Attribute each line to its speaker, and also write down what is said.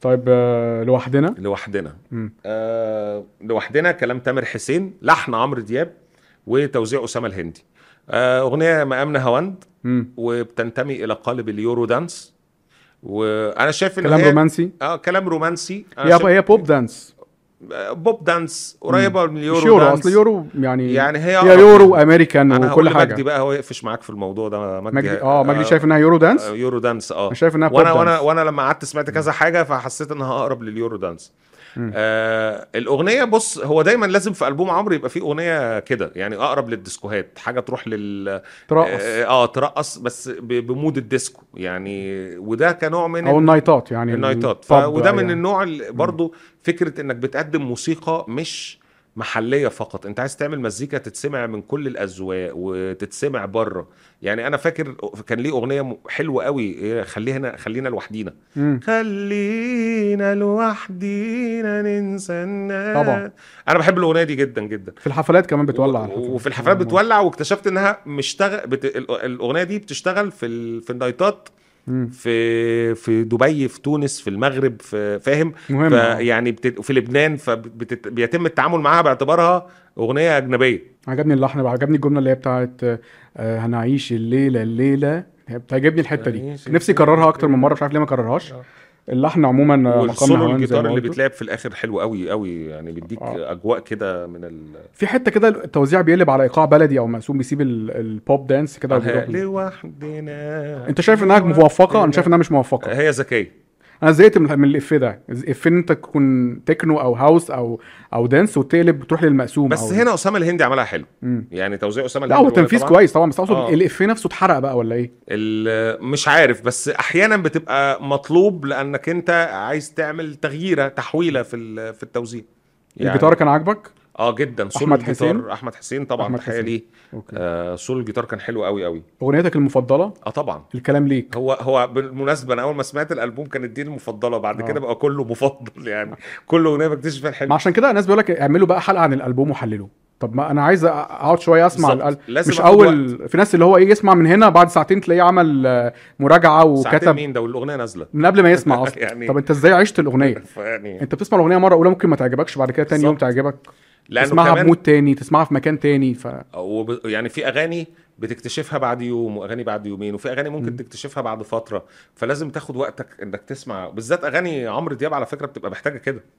Speaker 1: طيب آه، لوحدنا
Speaker 2: لوحدنا
Speaker 1: مم.
Speaker 2: آه لوحدنا كلام تامر حسين لحن عمرو دياب وتوزيع اسامه الهندي آه اغنيه مقامنا هوند
Speaker 1: مم.
Speaker 2: وبتنتمي الى قالب اليورو دانس وانا شايف ان
Speaker 1: كلام
Speaker 2: هي-
Speaker 1: رومانسي
Speaker 2: اه كلام رومانسي أنا
Speaker 1: هي
Speaker 2: شايف-
Speaker 1: هي بوب دانس
Speaker 2: آه، بوب دانس قريبه من
Speaker 1: مش
Speaker 2: اليورو
Speaker 1: يورو
Speaker 2: دانس
Speaker 1: اصل يورو يعني
Speaker 2: يعني هي
Speaker 1: هي
Speaker 2: أقرب.
Speaker 1: يورو امريكان
Speaker 2: انا
Speaker 1: وكل
Speaker 2: هقول
Speaker 1: حاجه
Speaker 2: مجدي بقى هو يقفش معاك في الموضوع ده مجدي
Speaker 1: مجدي اه مجدي شايف انها يورو دانس
Speaker 2: آه، يورو دانس اه
Speaker 1: انا شايف انها بوب
Speaker 2: وانا وانا
Speaker 1: دانس.
Speaker 2: وانا لما قعدت سمعت كذا حاجه فحسيت انها اقرب لليورو دانس
Speaker 1: مم.
Speaker 2: آه الاغنيه بص هو دايما لازم في البوم عمرو يبقى فيه اغنيه كده يعني اقرب للديسكوهات حاجه تروح لل
Speaker 1: ترقص
Speaker 2: اه آه، ترقص بس ب- بمود الديسكو يعني وده كنوع من
Speaker 1: او
Speaker 2: ال-
Speaker 1: النايتات يعني
Speaker 2: النايتات ف...
Speaker 1: الطب
Speaker 2: وده من
Speaker 1: يعني.
Speaker 2: النوع اللي برضو فكره انك بتقدم موسيقى مش محليه فقط انت عايز تعمل مزيكا تتسمع من كل الاذواق وتتسمع بره يعني انا فاكر كان ليه اغنيه م- حلوه قوي إيه، خلينا خلينا لوحدينا
Speaker 1: مم.
Speaker 2: خلينا لوحدينا ننسى الناس
Speaker 1: طبعا.
Speaker 2: انا بحب الاغنيه دي جدا جدا
Speaker 1: في الحفلات كمان بتولع
Speaker 2: و-
Speaker 1: على الحفلات.
Speaker 2: وفي الحفلات
Speaker 1: آه،
Speaker 2: بتولع واكتشفت انها مشتغل بت... ال- الاغنيه دي بتشتغل في ال... في النايتات
Speaker 1: مم.
Speaker 2: في في دبي في تونس في المغرب في فاهم
Speaker 1: مهم آه.
Speaker 2: فيعني بت... في لبنان فبيتم التعامل معاها باعتبارها اغنيه اجنبيه
Speaker 1: عجبني اللحن بقى عجبني الجمله اللي هي بتاعت آه، هنعيش الليله الليله هي بتعجبني الحته دي
Speaker 2: هنعيش
Speaker 1: نفسي
Speaker 2: الليلة
Speaker 1: اكررها اكتر من
Speaker 2: الليلة.
Speaker 1: مره مش عارف ليه ما اكررهاش اللحن عموما آه، مقام
Speaker 2: والسولو
Speaker 1: هوان زي
Speaker 2: الجيتار
Speaker 1: ما
Speaker 2: اللي
Speaker 1: قلت.
Speaker 2: بيتلعب في الاخر حلو قوي قوي يعني بيديك
Speaker 1: آه.
Speaker 2: اجواء كده من ال
Speaker 1: في حته كده التوزيع بيقلب على ايقاع بلدي او مقسوم بيسيب ال- البوب دانس كده وبيروح ل-
Speaker 2: آه. لوحدنا
Speaker 1: انت شايف انها موفقه انا شايف انها مش موفقه
Speaker 2: هي ذكيه
Speaker 1: انا زهقت من من الافيه ده الافيه ان انت تكون تكنو او هاوس او او دانس وتقلب تروح للمقسوم
Speaker 2: بس
Speaker 1: أو...
Speaker 2: هنا اسامه الهندي عملها حلو
Speaker 1: مم.
Speaker 2: يعني توزيع اسامه
Speaker 1: لا
Speaker 2: الهندي
Speaker 1: هو
Speaker 2: الأغنية
Speaker 1: تنفيذ
Speaker 2: طبعاً.
Speaker 1: كويس طبعا بس اقصد
Speaker 2: آه.
Speaker 1: الافيه نفسه اتحرق بقى ولا ايه؟
Speaker 2: ال- مش عارف بس احيانا بتبقى مطلوب لانك انت عايز تعمل تغييره تحويله في ال- في التوزيع يعني
Speaker 1: الجيتار كان عاجبك؟
Speaker 2: اه جدا سول
Speaker 1: أحمد
Speaker 2: احمد
Speaker 1: حسين؟
Speaker 2: حسين احمد حسين طبعا
Speaker 1: أحمد
Speaker 2: تحيه
Speaker 1: حسين.
Speaker 2: ليه
Speaker 1: اوكي
Speaker 2: آه سول الجيتار كان حلو قوي قوي
Speaker 1: اغنيتك المفضله
Speaker 2: اه طبعا
Speaker 1: الكلام ليك
Speaker 2: هو هو بالمناسبه انا اول ما سمعت الالبوم كانت دي المفضله بعد
Speaker 1: آه.
Speaker 2: كده بقى كله مفضل يعني كل اغنيه بكتشف فيها الحلو
Speaker 1: ما عشان كده الناس بيقول لك اعملوا بقى حلقه عن الالبوم وحللوه طب ما انا عايز أ- اقعد شويه اسمع
Speaker 2: بالظبط.
Speaker 1: الأل...
Speaker 2: لازم
Speaker 1: مش
Speaker 2: آخد
Speaker 1: اول في ناس اللي هو ايه يسمع من هنا بعد ساعتين تلاقيه عمل آه، مراجعه
Speaker 2: ساعتين
Speaker 1: وكتب
Speaker 2: مين ده والاغنيه نازله
Speaker 1: من قبل ما يسمع اصلا
Speaker 2: يعني-
Speaker 1: طب انت ازاي عشت الاغنيه
Speaker 2: يعني
Speaker 1: انت بتسمع الاغنيه مره اولى ممكن ما تعجبكش بعد كده تاني يوم
Speaker 2: بالظبط.
Speaker 1: تعجبك
Speaker 2: لانه
Speaker 1: تسمعها
Speaker 2: كمان
Speaker 1: بمود تاني تسمعها في مكان تاني ف
Speaker 2: وب... يعني في اغاني بتكتشفها بعد يوم واغاني بعد يومين وفي اغاني ممكن
Speaker 1: مم.
Speaker 2: تكتشفها بعد فتره فلازم تاخد وقتك انك تسمع بالذات اغاني عمرو دياب على فكره بتبقى محتاجه كده